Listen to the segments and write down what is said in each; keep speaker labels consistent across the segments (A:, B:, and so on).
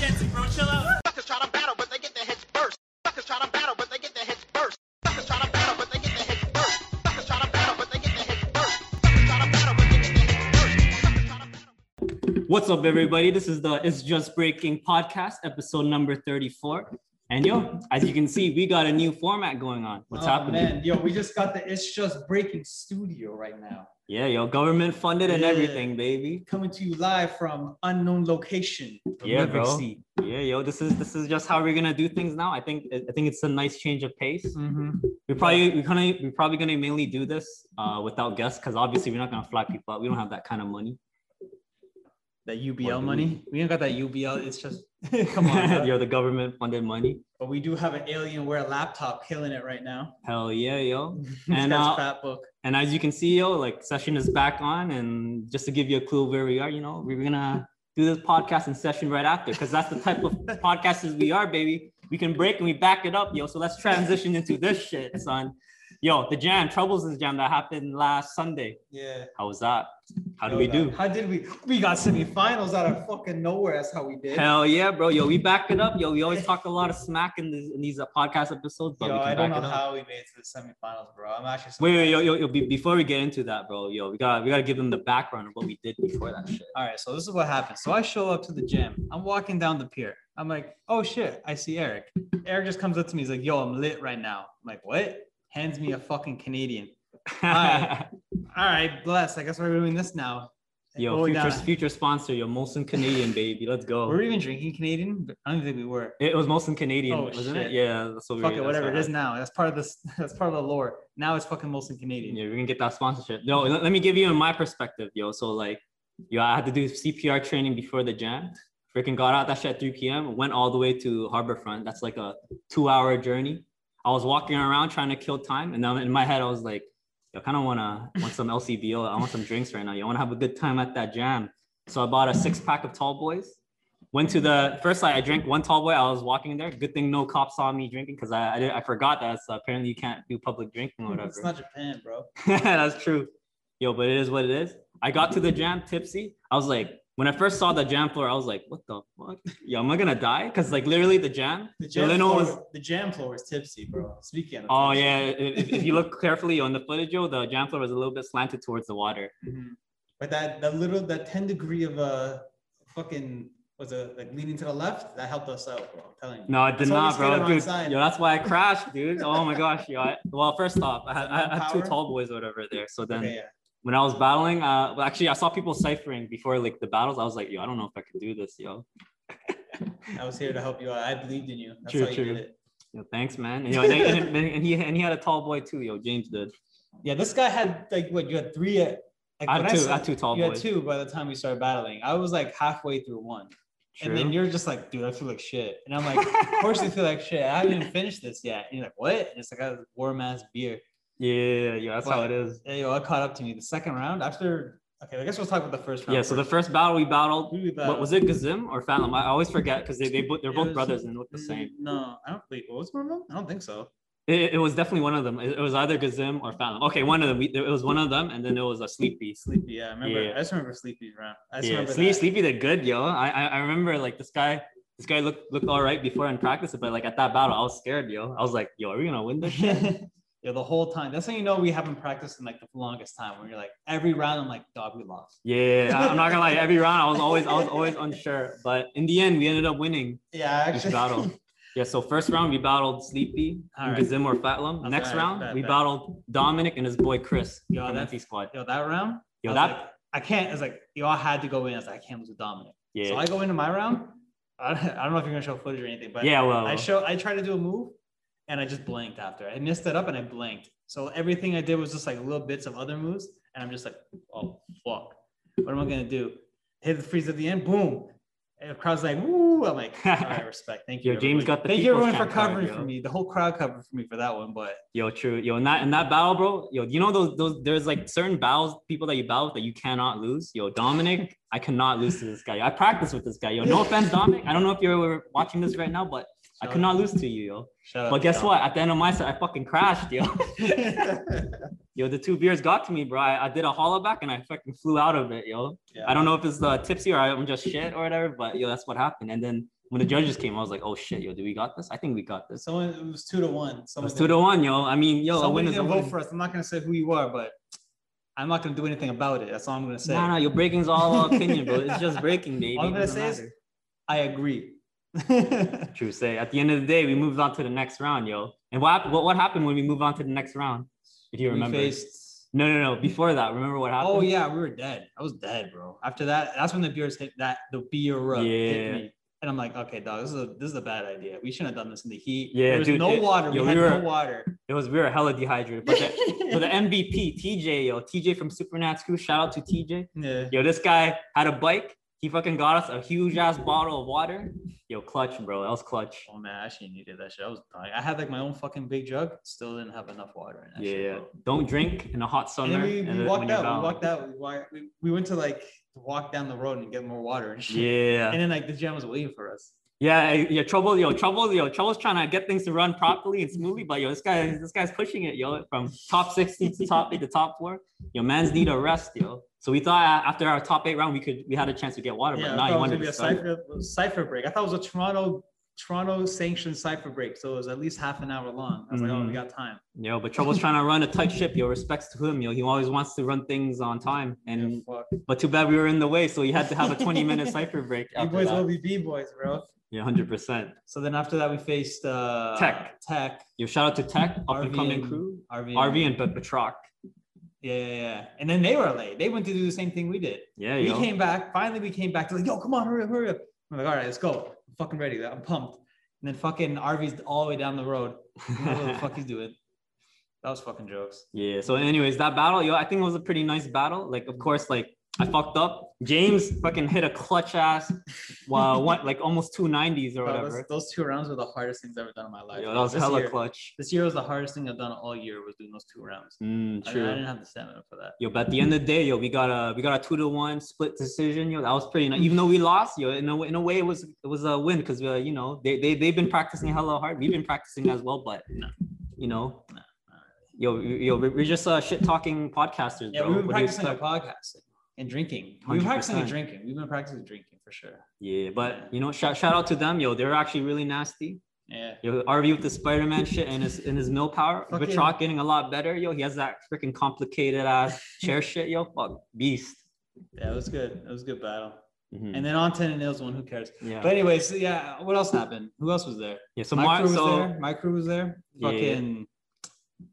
A: dancing, bro. Chill out.
B: Suckers try to battle, but they get their heads burst. Suckers try to battle, but they get their heads burst. Suckers try to battle, but they get their heads burst. Suckers try to battle, but they get their heads burst. Suckers try to battle, but they get their heads burst. Suckers try to battle.
C: What's up, everybody? This is the It's Just Breaking podcast, episode number 34. And yo, as you can see, we got a new format going on. What's
D: Oh,
C: happening?
D: Man, yo, we just got the It's Just Breaking studio right now.
C: Yeah, yo, government funded and
D: Yeah.
C: everything, baby.
D: Coming to you live from unknown location. the
C: Yeah,
D: Olympic
C: bro.
D: Sea.
C: Yeah, yo, this is this is just how we're gonna do things now. I think I think it's a nice change of pace. We're probably we're gonna we're probably gonna mainly do this uh, without guests because obviously we're not gonna fly people out. We don't have that kind of money.
D: That
C: What do
D: UBL
C: we-
D: money. We ain't got that UBL. It's just come on. bro.
C: yo, the government funded money.
D: But we do have an Alienware laptop killing it right now.
C: Hell yeah, yo.
D: And
C: And,
D: that's
C: uh,
D: fat book.
C: And as you can see, yo, like session is back on. And just to give you a clue where we are, you know, we're gonna do this podcast in session right after because that's the type of podcasters we are, baby. We can break and we back it up, yo. So let's transition into this shit, son. Yo, the jam, troubles in jam that happened last Sunday.
D: Yeah.
C: How was that? How do
D: Yo,
C: we
D: that-
C: do?
D: How did we? We got semifinals out of fucking nowhere. That's how we did.
C: Hell yeah, bro. Yo, we back it up. Yo, we always talk a lot of smack in, these in these uh, podcast episodes, but
D: yo,
C: we can
D: I
C: back
D: don't know
C: it up.
D: how we made it to the semifinals, bro. I'm actually.
C: Wait, wait, yo,
D: surprised.
C: yo, yo, be- before we get into that, bro, yo, we gotta, we gotta give them the background of what we did before that shit.
D: All right, so this is what happened. So I show up to the gym. I'm walking down the pier. I'm like, oh shit, I see Eric. Eric just comes up to me. He's like, yo, I'm lit right now. I'm like, what? Hands me a fucking Canadian. Alright. All right, bless. I guess we're doing this now.
C: Yo,
D: Going
C: future,
D: down.
C: future sponsor, yo, Molson Canadian, baby. Let's
D: Were
C: go.
D: we even drinking Canadian? But I don't think we were.
C: It was Molson Canadian,
D: Oh,
C: wasn't it?
D: shit.
C: Yeah, that's what we
D: Fuck
C: that's
D: it, whatever
C: what
D: it is
C: happened.
D: now. That's part of this. That's part of the lore. Now it's fucking Molson Canadian.
C: Yeah, we're gonna get that sponsorship. Yo, let, let me give you my perspective, yo. So, like, yo, I had to do CPR training before the jam. Freaking got out that shit at 3 p.m. Went all the way to Harborfront. That's like a two hour journey. I was walking around trying to kill time. And then in my head, I was like, yo, kind of wanna want some LCBO. I want some drinks right now. You wanna have a good time at that jam. So I bought a six pack of tall boys. Went to the first like I drank one tall boy. I was walking there. Good thing no cops saw me drinking because I I, did, I forgot that so apparently you can't do public drinking or whatever.
D: It's not Japan, bro.
C: That's true. Yo, but it is what it is. I got to the jam tipsy. I was like, when I first saw the jam floor, I was like, what the fuck? Yo, am I gonna die? Because like literally the jam,
D: The
C: jam
D: jam,
C: Leno
D: floor,
C: was-
D: the jam floor is tipsy, bro. Speaking of.
C: oh
D: tipsy.
C: yeah. If, if you look carefully on the footage, yo, the jam floor was a little bit slanted towards the water.
D: Mhm. But that that little that 10 degree of uh fucking was a like leaning to the left that helped us out, bro. I'm telling you.
C: No, it did
D: That's why we
C: not,
D: stayed
C: bro.
D: on
C: Dude,
D: side.
C: yo, that's why I crashed, dude. Oh my gosh, yo. I, well, first off, I had, I had two
D: Power?
C: tall boys or whatever there. So then
D: Okay, yeah.
C: when I was battling, uh, well, actually I saw people ciphering before like the battles. I was like, yo, I don't know if I could do this, yo.
D: I was here to help you out. I believed in you. That's
C: True,
D: how you
C: true.
D: did it.
C: Yo, thanks, man. And, yo, and, and, and he and he had a tall boy too. Yo, James did.
D: Yeah, this guy had like what you had three at like
C: I
D: when
C: had two.
D: saw-
C: I had two tall
D: you had
C: boys.
D: two by the time we started battling. I was like halfway through one. And then
C: True.
D: you're just like, dude, I feel like shit. And I'm like, of course I feel like shit. I haven't even finished this yet. And you're like, what? And it's like a warm ass beer.
C: yeah, yeah, that's how it is.
D: Yeah, yo, it caught up to me. The second round after okay, I guess we'll talk about the first round.
C: Yeah. So the
D: first.
C: first battle we battled,
D: Who did that?
C: what was it, Gazim or Phantom? I always forget because they they bo- they're
D: It
C: both
D: was-
C: brothers and look the
D: Mm,
C: same.
D: No, I don't think. What was one of them? I don't think so.
C: It, it was definitely one of them. It, it was either Gazim or Phantom. Okay, one of them. We, it was one of them, and then it was a Sleepy.
D: Sleepy. Yeah, I remember.
C: Yeah.
D: I just remember Sleepy's round. I just
C: Yeah,
D: remember
C: Sleep,
D: that.
C: Sleepy did good, yo. I, I I remember like this guy. This guy looked looked all right before in practice, but like at that battle, I was scared, yo. I was like, yo, are we gonna win this shit?
D: yeah, the whole time. That's how you know we haven't practiced in like the longest time. When you're like every round, I'm like, dog, we lost.
C: Yeah, I- I'm not gonna lie. Every round, I was always, I was always unsure, but in the end, we ended up winning
D: Yeah,
C: each battle. Yeah, so first round we battled Sleepy,
D: All
C: and
D: right.
C: Gazim or Fatlum.
D: That's
C: Next
D: all right,
C: round
D: bet,
C: we
D: bet.
C: battled Dominic and his boy Chris
D: Yo,
C: from
D: that's-
C: NC Squad.
D: yo, that round.
C: Yo,
D: I was
C: that
D: like, I can't. It's like yo, I had to go in. I was like, I can't lose with Dominic.
C: yeah,
D: So I go into my round. I don't, I don't know if you're gonna show footage or anything, but
C: yeah. Well,
D: I show I tried to do a move and I just blanked after. I missed it up and I blanked. So everything I did was just like little bits of other moves. And I'm just like, oh fuck. What am I gonna do? Hit the freeze at the end, boom. And the crowd's like, woo. I'm like, all right, respect. Thank you.
C: Yo, James
D: everybody."
C: got the
D: Thank you
C: people's
D: everyone for
C: champ card,
D: covering
C: yo.
D: for me. The whole crowd covered for me for that one, but
C: yo, true. Yo, in that in that battle, bro. Yo, you know those those there's like certain battles, people that you battle with that you cannot lose. Yo, Dominic, I cannot lose to this guy. I practiced with this guy. Yo, no offense, Dominic. I don't know if you're watching this right now, but I could not lose to you, yo.
D: Shout out
C: But
D: to
C: guess
D: Dom.
C: what? At the end of my set, I fucking crashed, yo. Yo, the two beers got to me, bro. I, I did a hollow back and I fucking flew out of it, yo.
D: Yeah.
C: I don't know if it's uh, tipsy or I'm just shit or whatever, but yo, that's what happened. And then when the judges came, I was like, oh shit, yo, do we got this? I think we got this.
D: Someone it was two to one.
C: It
D: Someone
C: was two to one, yo. I mean, yo, a
D: someone
C: win is a
D: didn't
C: win.
D: vote for us. I'm not gonna say who you are, but I'm not gonna do anything about it. That's all I'm gonna say.
C: Nah, nah, your breaking's all opinion, bro. It's just breaking, baby.
D: eh? all I'm
C: It
D: gonna
C: doesn't
D: say is
C: matter.
D: I agree.
C: True say. At the end of the day, we moved on to the next round, yo. And what hap- what, what happened when we moved on to the next round? If you remember.
D: We faced.
C: No, no, no. Before that, remember what happened?
D: Oh yeah, we were dead. I was dead, bro. After that, that's when the beers hit that the beer rub hit
C: Yeah.
D: me. And I'm like, okay, dog, this is a this is a bad idea. We shouldn't have done this in the heat.
C: Yeah,
D: there was
C: dude,
D: no
C: it-
D: water.
C: yo,
D: we
C: we
D: had no
C: were-
D: water.
C: It was we were hella dehydrated. But the, but the MVP, TJ, yo, TJ from Supernat Crew. Shout out to TJ.
D: yeah.
C: Yo, this guy had a bike. He fucking got us a huge ass bottle of water. Yo, clutch, bro. That was clutch.
D: Oh man, I actually needed that shit. I was dying. I had like my own fucking big jug. Still didn't have enough water in that
C: Yeah,
D: shit.
C: yeah.
D: bro.
C: Don't drink in a hot
D: And
C: summer.
D: then
C: and
D: we, we
C: then when
D: walked
C: you're
D: out.
C: down.
D: We walked out. We, wa- we, we went to like walk down the road and get more water and shit.
C: Yeah.
D: And then like the jam was waiting for us.
C: Yeah, yeah, trouble, yo, trouble, yo, trouble's trying to get things to run properly and smoothly, but yo, this guy, this guy's pushing it, yo, from top 16 to top eight to top four. Yo, man's need a rest, yo. So we thought a- after our top eight round, we could, we had a chance to get water,
D: Yeah,
C: but
D: I
C: now
D: thought
C: you
D: it was
C: wanted
D: gonna be
C: to
D: a
C: start.
D: cipher, cipher break. I thought it was a Toronto Toronto sanctioned cipher break, so it was at least half an hour long. I was like, oh, we
C: Mhm.
D: got time.
C: Yo, but trouble's trying to run a tight ship, yo. Respects to him, yo. He always wants to run things on time, and
D: Yeah, fuck.
C: but too bad we were in the way, so he had to have a 20 minute cipher break.
D: you
C: After
D: boys
C: that.
D: OBB boys, bro.
C: Yeah, 100. percent
D: So then after that, we faced uh,
C: Tech.
D: Tech,
C: Yo, shout out to Tech, up and
D: RV
C: coming
D: and-
C: crew,
D: RV,
C: RV and Pet- Petrock.
D: Yeah, yeah, yeah. And then they were late. They went to do the same thing we did.
C: Yeah,
D: We
C: yo.
D: came back. Finally, we came back to like, yo, come on, hurry up, hurry up. I'm like, all right, let's go. I'm fucking ready. I'm pumped. And then fucking RV's all the way down the road. I don't know what the fuck he's doing. That was fucking jokes.
C: Yeah. So, anyways, that battle, yo, I think it was a pretty nice battle. Like, of course, like I fucked up. James fucking hit a clutch ass, wow, one like almost two nineties or
D: Bro, those-
C: whatever.
D: Those two rounds were the hardest things I've ever done in my life.
C: Yo, that was
D: This
C: hella
D: year-
C: clutch.
D: This year was the hardest thing I've done all year was doing those two rounds.
C: Mm,
D: I- I,
C: true.
D: didn't have the stamina for that.
C: Yo, but at the end of the day, yo, we got a we got a two to one split decision. Yo, that was pretty nice. Even though we lost, yo, in a way- in a way it was it was a win because uh, you know they they they've been practicing hella hard. We've been practicing as well, but
D: No.
C: you know,
D: No,
C: yo, yo, we- we're just uh, shit talking podcasters,
D: Yeah,
C: bro.
D: we've been
C: What do you
D: practicing our
C: expect?
D: podcasting and drinking. We've been practicing
C: 100%.
D: drinking. We've been practicing drinking for sure.
C: Yeah, but you know, shout, shout out to them, yo. They're actually really nasty.
D: Yeah.
C: Yo, RV with the Spider Man shit and his in his mill power.
D: Fucking-
C: Vitrock getting a lot better, yo. He has that freaking complicated ass chair shit, yo. Fuck, beast.
D: Yeah, it was good. It was a good battle.
C: Mhm.
D: And then on 10 and Nails one, who cares?
C: yeah,
D: But anyway, so yeah, what else happened? Who else was there?
C: yeah. So
D: my
C: Mark,
D: crew was
C: so
D: there. My crew was there.
C: Yeah.
D: Fucking,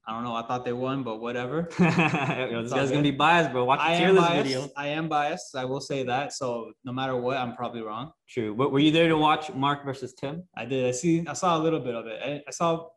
D: I don't know. I thought they won, but whatever.
C: yo,
D: It's
C: this
D: all
C: guy's
D: good.
C: gonna be biased, bro. Watch
D: I
C: the
D: am
C: tearless
D: biased.
C: video.
D: I am biased. I will say that. So no matter what, I'm probably wrong.
C: True. But were you there to watch Mark versus Tim?
D: I did. I see. I saw a little bit of it. I, I saw.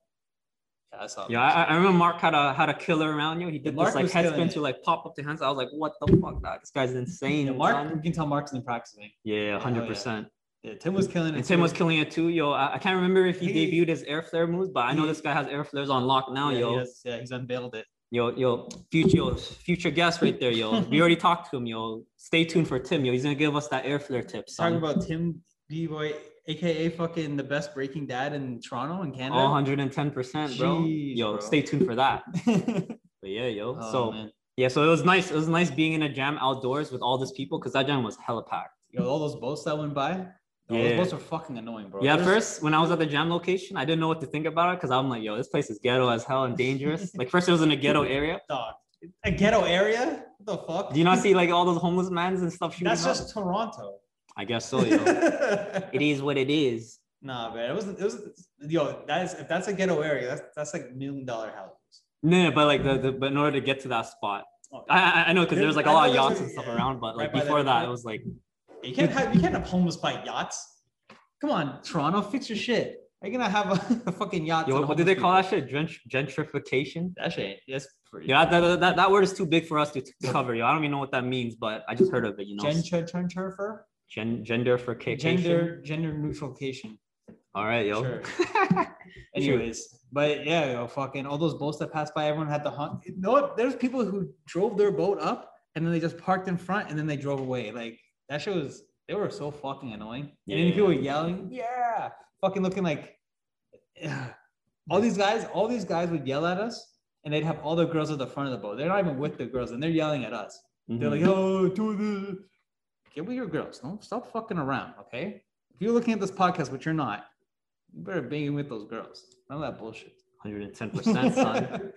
D: Yeah, I saw.
C: Yeah, I, I- I remember Mark had a had a killer around you. He did
D: Mark
C: this like
D: was
C: head
D: killing
C: spin
D: it.
C: to like pop up the hands. I was like, what the fuck? dog? This guy's insane.
D: Yeah, Mark,
C: son.
D: you can tell Mark's been practicing.
C: Yeah,
D: yeah.
C: hundred percent.
D: Yeah, Tim was killing it.
C: And Tim
D: too.
C: was killing it too, yo. I, I can't remember if he
D: He-
C: debuted his air flare moves, but I know
D: he-
C: this guy has air flares on lock now,
D: yeah,
C: yo.
D: He has, yeah, he's unveiled it.
C: Yo, yo, future, yo, future guest right there, yo. we already talked to him, yo. Stay tuned for Tim, yo. He's gonna give us that air flare tip.
D: Talking
C: Son.
D: about Tim B boy, aka fucking the best breaking dad in Toronto and Canada.
C: All 110 percent, bro.
D: Jeez,
C: yo,
D: bro.
C: stay tuned for that. But yeah, yo.
D: Oh,
C: so
D: man.
C: yeah, so it was nice. It was nice being in a jam outdoors with all these people because that jam was hella packed.
D: Yo, all those boats that went by, yo, those
C: Yeah.
D: boats are fucking annoying, bro.
C: Yeah, at
D: There's-
C: first when I was at the jam location, I didn't know what to think about it because I'm like, yo, this place is ghetto as hell and dangerous. like first it was in a ghetto area.
D: dog, a ghetto area. What the fuck?
C: Do you not see like all those homeless mans and stuff shooting
D: That's
C: up?
D: just Toronto.
C: I guess so, yo. it is what it is.
D: nah, man, it was it was yo. That is if that's a ghetto area, that's that's like million dollar houses.
C: No, no, but like the, the but in order to get to that spot,
D: Oh,
C: I I, I know because there's like a lot of
D: There's- I know
C: yachts and
D: there's-
C: stuff around, but like
D: Right by the
C: before that, it
D: airport.
C: was like
D: You can't have you can't have homeless by yachts. Come on, Toronto, fix your shit. Are you gonna have a, fucking yacht?
C: yo, what do they call that shit? Gentr- gentrification.
D: That shit. That's pretty.
C: Yeah, that, that, that, that word is too big for us to, to cover. Yo, I don't even know what that means, but I just heard of it. You know,
D: Gen
C: gen,
D: gentrification.
C: genderfication.
D: Gender gender neutralcation.
C: All right, yo.
D: Sure.
C: yeah, Sure.
D: Anyways, but yeah, yo, fucking all those boats that passed by, everyone had to hunt. You know what? There's people who drove their boat up and then they just parked in front and then they drove away. Like that shit was they were so fucking annoying. And then people were yelling, yeah, fucking looking like all these guys, all these guys would yell at us and they'd have all the girls at the front of the boat. They're not even with the girls, and they're yelling at us. They're
C: Mhm.
D: like, "Oh, do this." Get with your girls. Don't stop fucking around, okay? If you're looking at this podcast, which you're not, you better be with those girls. None of that bullshit.
C: 110% son.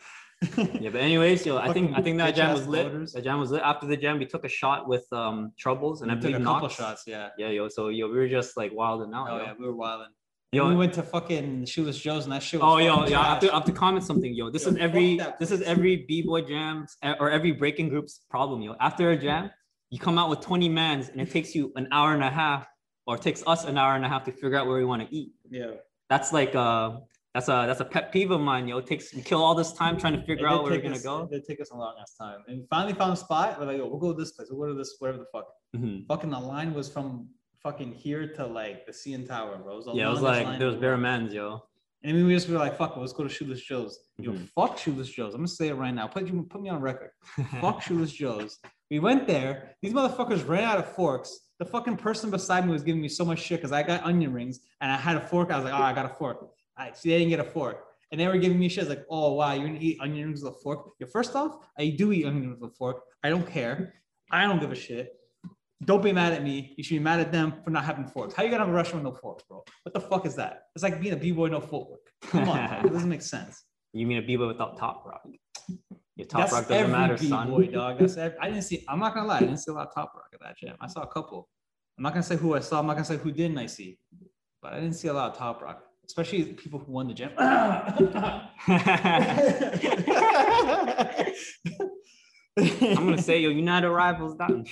C: Yeah, but anyways, yo, I think I
D: Fucking
C: think that jam
D: bitch-ass
C: was lit.
D: floaters.
C: That jam was lit. After the jam, we took a shot with um Troubles and I
D: We took
C: believe
D: a couple
C: Knox.
D: shots. Yeah.
C: Yeah, yo. So yo, we were just like wilding out.
D: Oh
C: yo.
D: yeah, we were wilding.
C: Yo,
D: we went to fucking Shoeless Joe's, and that shit.
C: Oh
D: Was
C: yo,
D: fucking
C: yeah, I have, to, I
D: trash.
C: have to comment something, yo. This
D: Yo,
C: is every
D: fuck that
C: this is
D: place.
C: every b-boy jams eh, or every breaking group's problem, yo. After a jam, you come out with 20 mans and it takes you an hour and a half, or it takes us an hour and a half to figure out where we want to eat.
D: Yeah.
C: That's like uh that's a that's a pet peeve of mine, yo. It takes we kill all this time trying to figure
D: It did
C: out where we're
D: take
C: gonna
D: us-
C: go.
D: It did take us a long ass time, and we finally found a spot. We're like, yo, we'll go to this place. We'll go to this, whatever the fuck.
C: Mhm.
D: Fucking the line was from fucking here to like the CN Tower, bro. It was the
C: Yeah, it was
D: longest
C: like
D: line
C: there was
D: in the
C: bare
D: world.
C: mans, yo.
D: And then we just were like, fuck, it, let's go to Shoeless Joe's. Yo,
C: Mhm.
D: fuck Shoeless Joe's. I'm gonna say it right now. Put you put me on record. fuck Shoeless Joe's. We went there. These motherfuckers ran out of forks. The fucking person beside me was giving me so much shit because I got onion rings and I had a fork. I was like, oh, I got a fork. I see, they didn't get a fork. And they were giving me shit. It's like, oh, wow, you're gonna eat onion rings with a fork. Yeah, first off, I do eat onion rings with a fork. I don't care. I don't give a shit. Don't be mad at me. You should be mad at them for not having forks. How you gonna have a restaurant with no forks, bro? What the fuck is that? It's like being a b-boy no footwork. Come on, bro. it doesn't make sense.
C: you mean a b-boy without top rock? Your top
D: That's
C: rock doesn't
D: every
C: matter,
D: B-boy,
C: son.
D: dog. That's ev- I didn't see. I'm not gonna lie. I didn't see a lot of top rock at that gym. I saw a couple. I'm not gonna say who I saw. I'm not gonna say who didn't I see. But I didn't see a lot of top rock, especially people who won the gym.
C: I'm gonna say, yo, United Rivals down.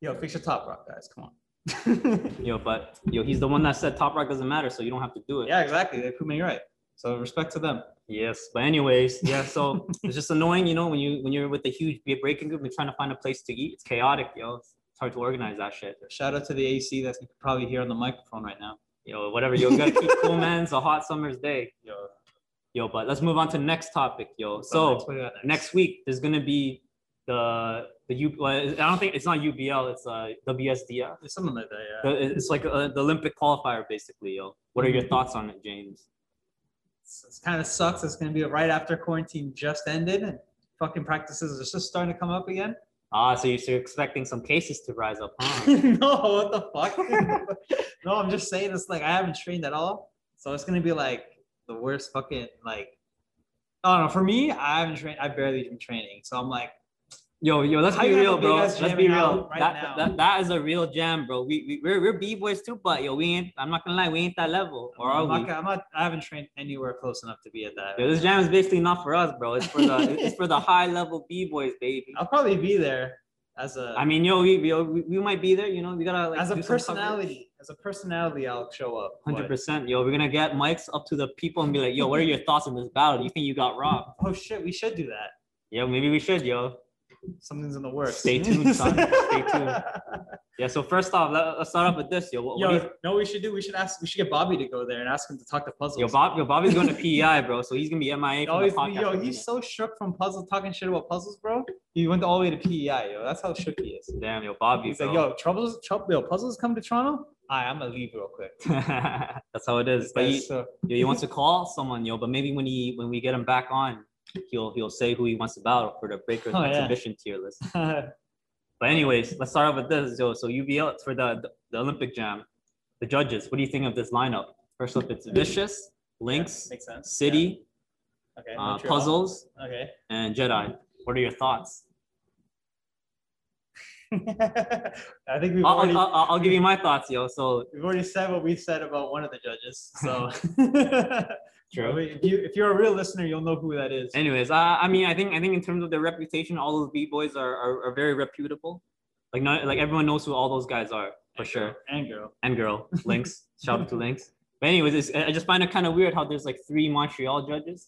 D: Yo, fix your top rock, guys. Come on.
C: Yo, but yo, he's the one that said top rock doesn't matter, so you don't have to do it.
D: yeah, exactly. They proved me right. So respect to them.
C: Yes, but anyways, yeah. So it's just annoying, you know, when you when you're with a huge big breaking group and trying to find a place to eat, it's chaotic, yo. It's hard to organize that shit.
D: Shout out to the AC that you can probably hear on the microphone right now.
C: Yo, whatever. Yo, you gotta keep cool, man. It's a hot summer's day.
D: Yo.
C: Yo, but let's move on to the next topic, yo.
D: next,
C: So
D: what do we got
C: next week there's gonna be the the U. well, I don't think it's not UBL. It's uh WSDF.
D: There's something like that. Yeah.
C: The- It's like uh the Olympic qualifier, basically, yo. What are
D: Mm-hmm.
C: your thoughts on it, James?
D: it's kind of sucks. It's going to be right after quarantine just ended and fucking practices are just starting to come up again.
C: Ah, so you're so you're expecting some cases to rise up, huh?
D: no, what the fuck? no, I'm just saying it's like I haven't trained at all. So it's going to be like the worst fucking like I don't know. For me, I haven't trained. I barely been training. So I'm like,
C: Yo, yo, let's
D: How
C: be
D: you have
C: real,
D: a
C: bro.
D: big-ass
C: Let's
D: jam
C: be
D: in
C: real.
D: hell right
C: that,
D: now?
C: that that is a real jam, bro. We, we we're, we're b boys too, but yo, we ain't. I'm not gonna lie, we ain't that level, or are
D: I'm
C: we?
D: not, I'm not. I haven't trained anywhere close enough to be at that.
C: Yo, this jam is basically not for us, bro. It's for the it's for the high level b boys, baby.
D: I'll probably be there as a
C: I mean, yo, we yo, we, we might be there. You know, we gotta like
D: as a
C: do some coverage.
D: personality. As a personality, I'll show up. but-
C: 100%. Yo, we're gonna get mics up to the people and be like, yo, what are your thoughts on this battle? You think you got robbed?
D: Oh shit, we should do that.
C: Yeah, maybe we should, yo.
D: Something's in the works.
C: Stay tuned, son. Stay tuned. Yeah. So first off, let, us start off with this, yo. What, what do you-
D: Yo, no, we should do. We should ask. We should get Bobby to go there and ask him to talk to puzzles.
C: Yo, Bob, yo, Bobby's going to PEI, bro. So he's gonna be MIA. From
D: He
C: the
D: Always, be-
C: podcast
D: yo,
C: in a
D: he's so shook from puzzles, talking shit about puzzles, bro. He went all the way to PEI, yo. That's how shook he is.
C: minute. damn, yo, Bobby.
D: He's like,
C: bro.
D: yo, troubles, trouble, yo, puzzles come to Toronto. I, I'm gonna leave real quick.
C: that's how it is. But he,
D: So,
C: yo, he wants to call someone, yo. But maybe when he when we get him back on, he'll he'll say who he wants to battle for the Breakers
D: Oh, yeah.
C: exhibition tier list. But anyways, let's start off with this, yo. So UBL for the the Olympic Jam, the judges. What do you think of this lineup? First up, it's Vicious, Lynx,
D: makes sense.
C: City,
D: Yeah. Okay.
C: uh,
D: Montreal.
C: Puzzles,
D: Okay.
C: and Jedi. What are your thoughts?
D: I think we've
C: I'll,
D: already
C: I'll, I'll, I'll give you my thoughts, yo. So
D: we've already said what we said about one of the judges. So if you if you're a real listener, you'll know who that is.
C: Anyways, I, I mean, I think I think in terms of their reputation, all those b boys are, are are very reputable. Like not like everyone knows who all those guys are for sure.
D: And girl.
C: And girl, Lynx, shout out to Lynx. But anyways, it's, I I just find it kind of weird how there's like three Montreal judges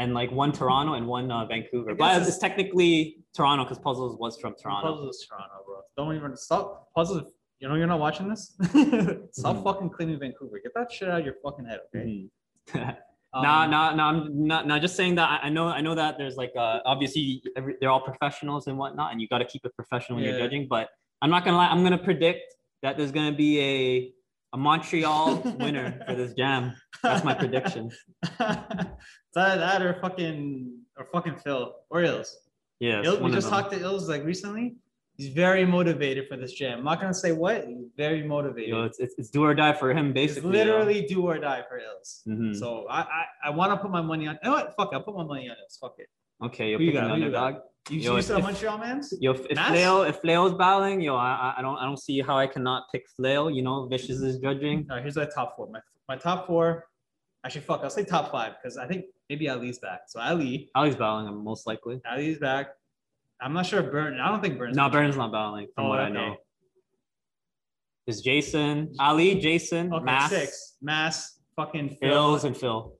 C: and like one Toronto and one uh, Vancouver.
D: I
C: But
D: guess
C: it's,
D: it's-
C: technically Toronto because Puzzles was from Toronto.
D: Puzzles Toronto, bro. Don't even stop. Puzzles, you know you're not watching this? stop
C: Mhm.
D: fucking claiming Vancouver. Get that shit out of your fucking head, okay?
C: Mhm.
D: Um,
C: Mm-hmm. nah, nah, nah, I'm not, not just saying that. I, I know, I know that there's like, uh, obviously every, they're all professionals and whatnot, and you got to keep it professional when you're
D: Yeah.
C: judging. But I'm not gonna lie, I'm gonna predict that there's gonna be a a Montreal winner for this jam. That's my prediction.
D: it's either that or fucking or fucking Phil or Ills.
C: Yeah,
D: Ills we just talked to Ills like recently. He's very motivated for this jam. I'm not gonna say what. He's very motivated.
C: Yo, it's, it's it's do or die for him
D: it's
C: basically. uh, yo.
D: literally do or die for Ills.
C: Mhm.
D: So I I, I want to put my money on. You know what? Fuck. it, I'll put my money on Ills. Fuck it.
C: Okay, you're
D: Who you
C: picking
D: got?
C: the
D: Who you got?
C: underdog.
D: You,
C: Yo,
D: you
C: if-
D: said
C: if-
D: Montreal Mans.
C: Yo, if, if
D: Mass?
C: Flail if Flail's battling, yo, I I- I don't I don't see how I cannot pick Flail. You know, Vicious is judging.
D: All right, here's my top four. My, my top four. Actually, fuck. I'll say top five because I think maybe Ali's back. So Ali,
C: Ali's battling him most likely.
D: Ali's back. I'm not sure if Burn. I don't think Burns.
C: No, Burns not battling from
D: Oh,
C: what I
D: okay.
C: know. It's Jason, Ali, Jason,
D: Okay,
C: Mass,
D: six. Mass. Fucking Phil.
C: Phils, and Phil,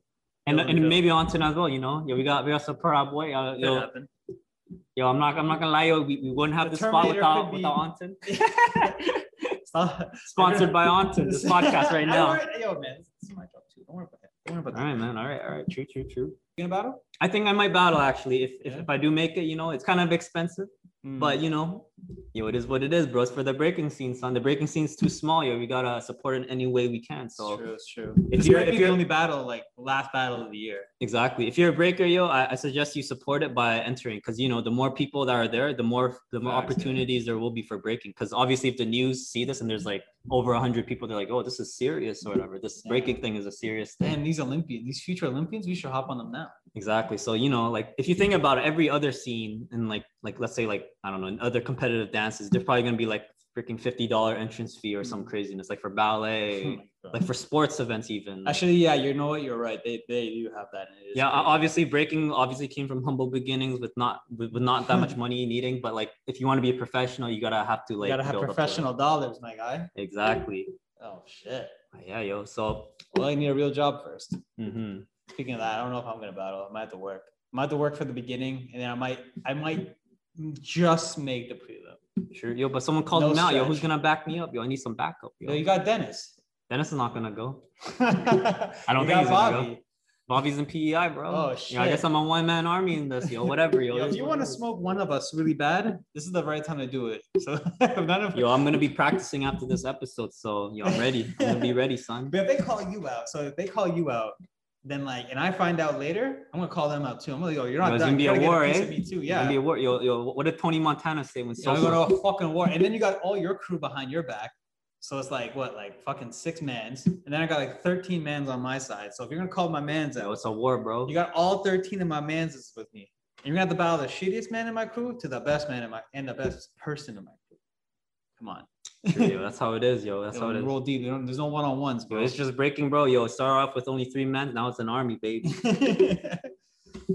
C: and
D: Phil and
C: and
D: Phil.
C: maybe Anton as well. You know, yeah, we got we got some proud boy. Uh,
D: Could
C: yo,
D: happen.
C: yo, I'm not I'm not gonna lie, yo, we, we wouldn't have
D: The
C: this spot
D: Terminator
C: without
D: could be-
C: without Anton.
D: Stop.
C: Sponsored by Anton, this podcast right
D: I
C: now.
D: worry- Yo, man, this is my job too. Don't worry about that. Don't worry about
C: All
D: that.
C: right, man. All right, all right. True, true, true.
D: You gonna battle?
C: I think I might battle actually if if,
D: Yeah.
C: if I do make it. You know, it's kind of expensive. But you know, yo, it is what it is, bro. It's for the breaking scene, son. The breaking scene's too small, yo. We gotta support it any way we can.
D: so
C: So
D: true, it's true.
C: If
D: If
C: you're-
D: you're
C: if
D: if
C: you're-
D: the only battle, like last battle of the year,
C: exactly. If you're a breaker, yo, I, I suggest you support it by entering because you know the more people that are there, the more the more
D: Facts, yeah.
C: opportunities there will be for breaking. Because obviously, if the news see this and there's like over hundred people, they're like, oh, this is serious or whatever. This
D: Yeah.
C: breaking thing is a serious thing.
D: damn, these Olympians, these future Olympians, we should hop on them now.
C: Exactly. So you know, like if you think about it, every other scene and like like let's say like I don't know, in other competitive dances, they're probably gonna be like freaking fifty dollar entrance fee or
D: Mm.
C: some craziness, like for
D: Oh
C: ballet, like for sports events even.
D: Actually, yeah, you know what? You're right. They they do have that. and it is
C: yeah,
D: great.
C: o- obviously breaking obviously came from humble beginnings with not with, with not that much money needing, but like if you want to be a professional, you gotta have to
D: you
C: like
D: gotta have
C: build up to it.
D: professional dollars, my guy.
C: Exactly.
D: Oh shit.
C: Yeah, yo. So
D: Well, I need a real job first.
C: mhm.
D: Speaking of that, I don't know if I'm gonna battle. I might have to work. I might have to work for the beginning, and then I might I might just make the prelim.
C: sure, yo. But someone called
D: No
C: me out, yo. Who's
D: stretch.
C: gonna back me up, yo? I need some backup,
D: You know,
C: yo.
D: you got Dennis.
C: Dennis is not gonna go.
D: I
C: don't think he's gonna go. Bobby's in PEI, bro.
D: Oh,
C: Yo, I
D: shit.
C: guess I'm a one man army in this, yo. Whatever, yo.
D: Yo,
C: it
D: if
C: is
D: you
C: what
D: want to
C: it is.
D: smoke one of us really bad, this is the right time to do it. So none of
C: yo, I'm gonna be practicing after this episode, so yo, I'm ready. I'm gonna be ready, son.
D: But if they call you out, so if they call you out, then like, and I find out later, I'm gonna call them out too. I'm like, yo, you're not
C: Yo, it's gonna
D: done.
C: be
D: You
C: a
D: gotta get
C: war,
D: piece
C: eh?
D: of Me too.
C: It's gonna
D: Yeah.
C: be a war- Yo, yo, what did Tony Montana say when so
D: So I'm going to a fucking war, and then you got all your crew behind your back. So it's like what, like fucking six mans, and then I got like 13 mans on my side. So if you're gonna call my mans
C: yo,
D: out,
C: it's a war, bro.
D: you got all 13 of my mans is with me, and you're gonna have to battle the shittiest man in my crew to the best man in my and the best person in my crew. Come on.
C: Sure, yo, that's how it is, yo. That's
D: That's
C: how it is.
D: roll deep. They don't, there's no one on ones,
C: Yo,
D: bro.
C: it's just breaking, bro. Yo, start off with only three men. Now it's an army, baby.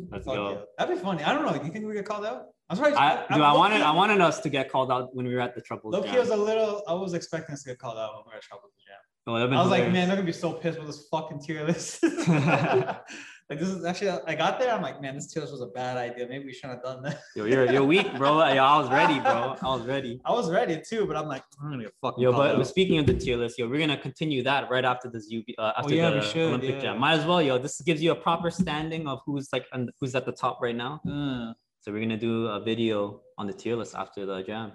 C: Let's
D: Fuck
C: go.
D: yeah. That'd be funny. I don't know. Do you think we get called out? I'm sorry.
C: I, dude, I wanted, I wanted us to get called out when we were at the trouble.
D: Loki was a little. I was expecting us to get called out when we were at Trouble with the Jam. I was like, man, they're gonna be so pissed with this fucking tier list. like this is actually. I got there. I'm like, man, this tier list was a bad idea. Maybe we shouldn't have done that.
C: yo, you're, you're weak, bro. Yo, I was ready, bro. I was ready.
D: I was ready too, but I'm like, I'm gonna get fucking.
C: Yo,
D: called
C: but
D: out.
C: speaking of the tier list, yo, we're gonna continue that right after this UB uh, after
D: Oh, yeah,
C: the
D: we should,
C: Olympic
D: yeah.
C: Jam. Might as well, yo. This gives you a proper standing of who's like and who's at the top right now.
D: Mm.
C: So we're gonna do a video on the tier list after the jam.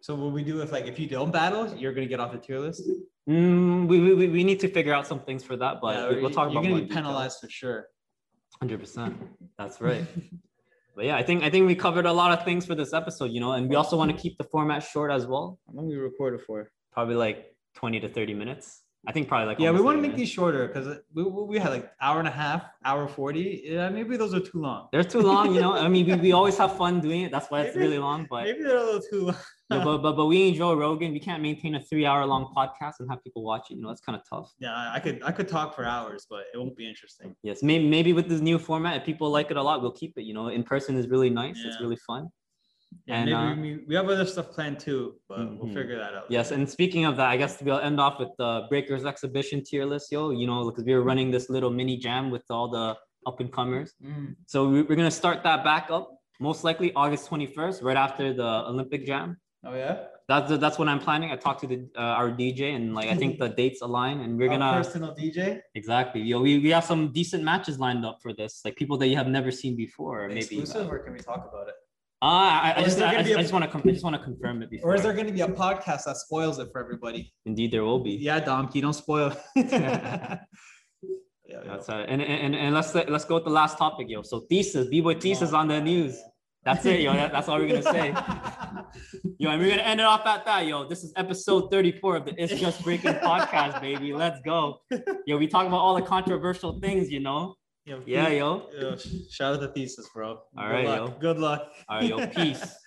D: So what we do if like if you don't battle, you're gonna get off the tier list.
C: Mm, we, we- we we need to figure out some things for that, but
D: Yeah,
C: we- we'll talk
D: You're
C: about
D: gonna
C: more
D: be
C: detail.
D: penalized for sure.
C: 100%. That's right. but yeah, I think I think we covered a lot of things for this episode, you know, and we also want to keep the format short as well.
D: How long we recorded for?
C: Probably like 20 to 30 minutes. I think probably like
D: yeah, we
C: almost
D: want to
C: 30
D: make
C: minutes.
D: these shorter because we, we we had like hour and a half, hour forty. Yeah, maybe those are too long.
C: They're too long, you know. I mean, we, we always have fun doing it. That's why it's
D: Maybe-
C: really long. But,
D: Maybe they're a little too long.
C: no, but but but we and Joe Rogan, we can't maintain a three-hour-long podcast and have people watch it. You know, that's kind of tough.
D: Yeah, I- I could I could talk for hours, but it won't be interesting.
C: Yes, maybe maybe with this new format, if people like it a lot, we'll keep it. You know, in person is really nice. It's
D: Yeah.
C: really fun.
D: Yeah,
C: And,
D: maybe
C: uh,
D: we, we have other stuff planned too, but
C: Mhm.
D: we'll figure that out.
C: Yes, and speaking of that, I guess we'll end off with the Breakers exhibition tier list, yo. You know, because we were running this little mini jam with all the up and comers.
D: Mm.
C: So we- we're gonna start that back up, most likely August twenty first, right after the Olympic jam.
D: Oh yeah.
C: That's the, that's what I'm planning. I talked to the uh, our DJ and like I think the dates align, and we're
D: Our
C: gonna
D: personal DJ.
C: exactly. Yo, we we have some decent matches lined up for this, like people that you have never seen before, or maybe.
D: Exclusive, or can we talk about it?
C: Uh, I, I
D: Or is
C: just,
D: there
C: I, I
D: gonna be a-
C: just want to, I just want to confirm it before.
D: Or is there going to be a podcast that spoils it for everybody?
C: Indeed, there will be.
D: Yeah, Domkey, don't spoil. yeah,
C: That's it. And, and and let's let's go with the last topic, yo. So thesis, b-boy thesis on the news. That's it, yo. That- That's all we're gonna say, yo. And we're gonna end it off at that, yo. This is episode 34 of the It's Just Breaking podcast, baby. Let's go, yo. We talk about all the controversial things, you know.
D: yeah,
C: Yeah, yo.
D: Yo, sh- shout out to thesis, bro.
C: All right,
D: luck.
C: yo.
D: Good luck.
C: All right, yo. Peace.